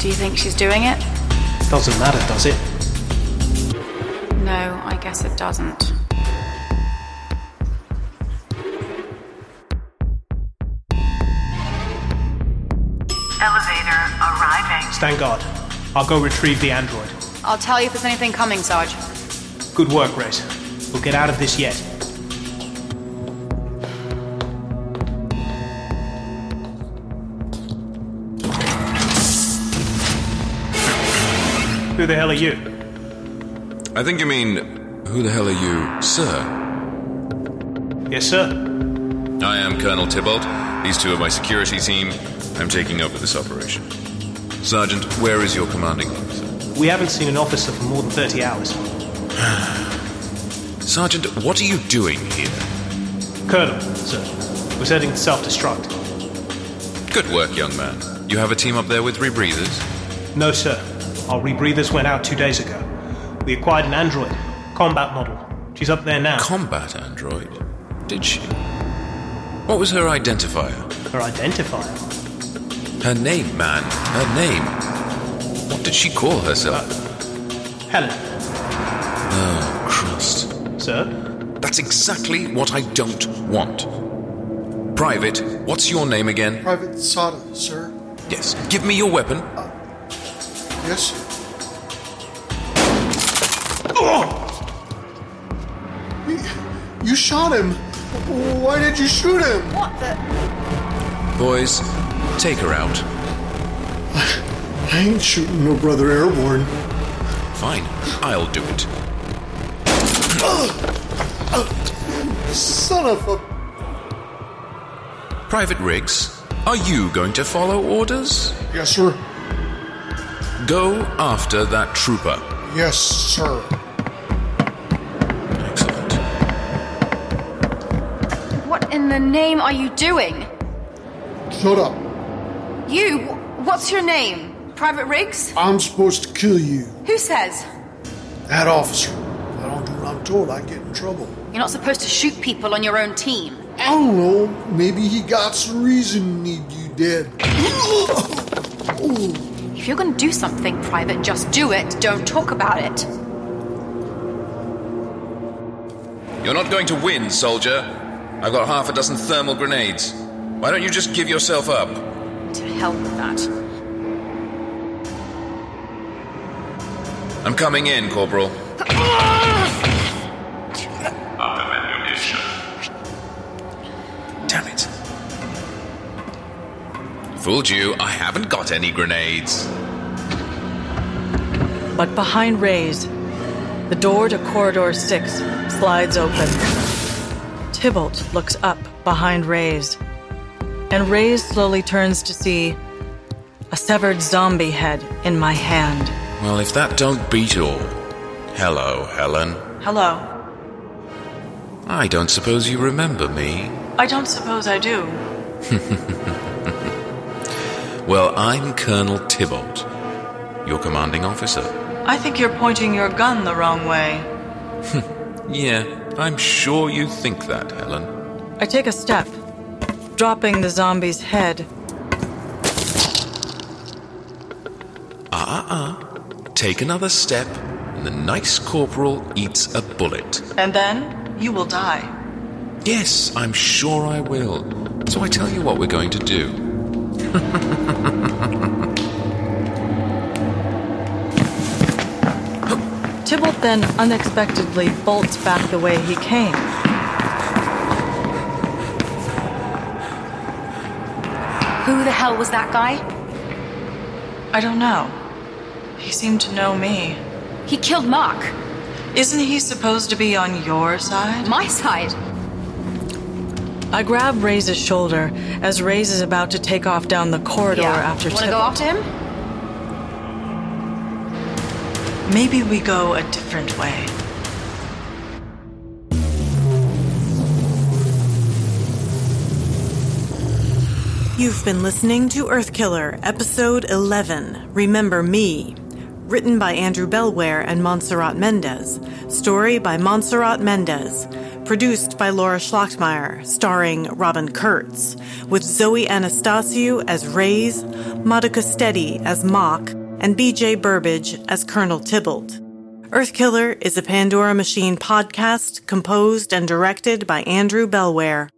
Do you think she's doing it? Doesn't matter, does it? No, I guess it doesn't. Elevator arriving. Stand guard. I'll go retrieve the android. I'll tell you if there's anything coming, Sarge. Good work, Grace. We'll get out of this yet. Who the hell are you? I think you mean, who the hell are you, sir? Yes, sir. I am Colonel Tybalt. These two are my security team. I'm taking over this operation. Sergeant, where is your commanding officer? We haven't seen an officer for more than 30 hours. Sergeant, what are you doing here? Colonel, sir. We're setting to self destruct. Good work, young man. You have a team up there with rebreathers? No, sir. Our rebreathers went out two days ago. We acquired an android, combat model. She's up there now. Combat android? Did she? What was her identifier? Her identifier. Her name, man. Her name. What did she call herself? Helen, Oh, Christ. sir. That's exactly what I don't want. Private, what's your name again? Private Sada, sir. Yes. Give me your weapon. Yes, sir. You- You shot him. Why did you shoot him? What the? Boys, take her out. I ain't shooting no brother airborne. Fine, I'll do it. Son of a. Private Riggs, are you going to follow orders? Yes, sir. Go after that trooper. Yes, sir. Excellent. What in the name are you doing? Shut up. You. wh- What's your name? Private Riggs? I'm supposed to kill you. Who says? That officer. I don't do what I'm told. I get in trouble. You're not supposed to shoot people on your own team. I don't know. Maybe he got some reason need you dead. If you're gonna do something, Private, just do it. Don't talk about it. You're not going to win, soldier. I've got half a dozen thermal grenades. Why don't you just give yourself up? To hell with that. I'm coming in, Corporal. Damn it. Fooled you. I haven't got any grenades. But behind Ray's, the door to Corridor 6 slides open. Tybalt looks up behind Ray's, and Ray's slowly turns to see a severed zombie head in my hand. Well, if that don't beat all. Hello, Helen. Hello. I don't suppose you remember me. I don't suppose I do. Well, I'm Colonel Tybalt, your commanding officer. I think you're pointing your gun the wrong way. Yeah, I'm sure you think that, Helen. I take a step, dropping the zombie's head. Take another step, and the nice corporal eats a bullet. And then you will die. Yes, I'm sure I will. So I tell you what we're going to do. Tybalt then unexpectedly bolts back the way he came. Who the hell was that guy? I don't know. He seemed to know me. He killed Mark. Isn't he supposed to be on your side? My side. I grab Ray's shoulder as Ray's is about to take off down the corridor after Wanna go Tybalt. after him? Maybe we go a different way. You've been listening to Earth Killer, Episode 11 Remember Me. Written by Andrew Bellware and Montserrat Mendez. Story by Montserrat Mendez. produced by Laura Schlochtmeyer, starring Robin Kurtz, with Zoe Anastasio as Ray's, Monica Steady as Mock, and BJ Burbage as Colonel Tybalt. Earthkiller is a Pandora Machine podcast composed and directed by Andrew Bellware.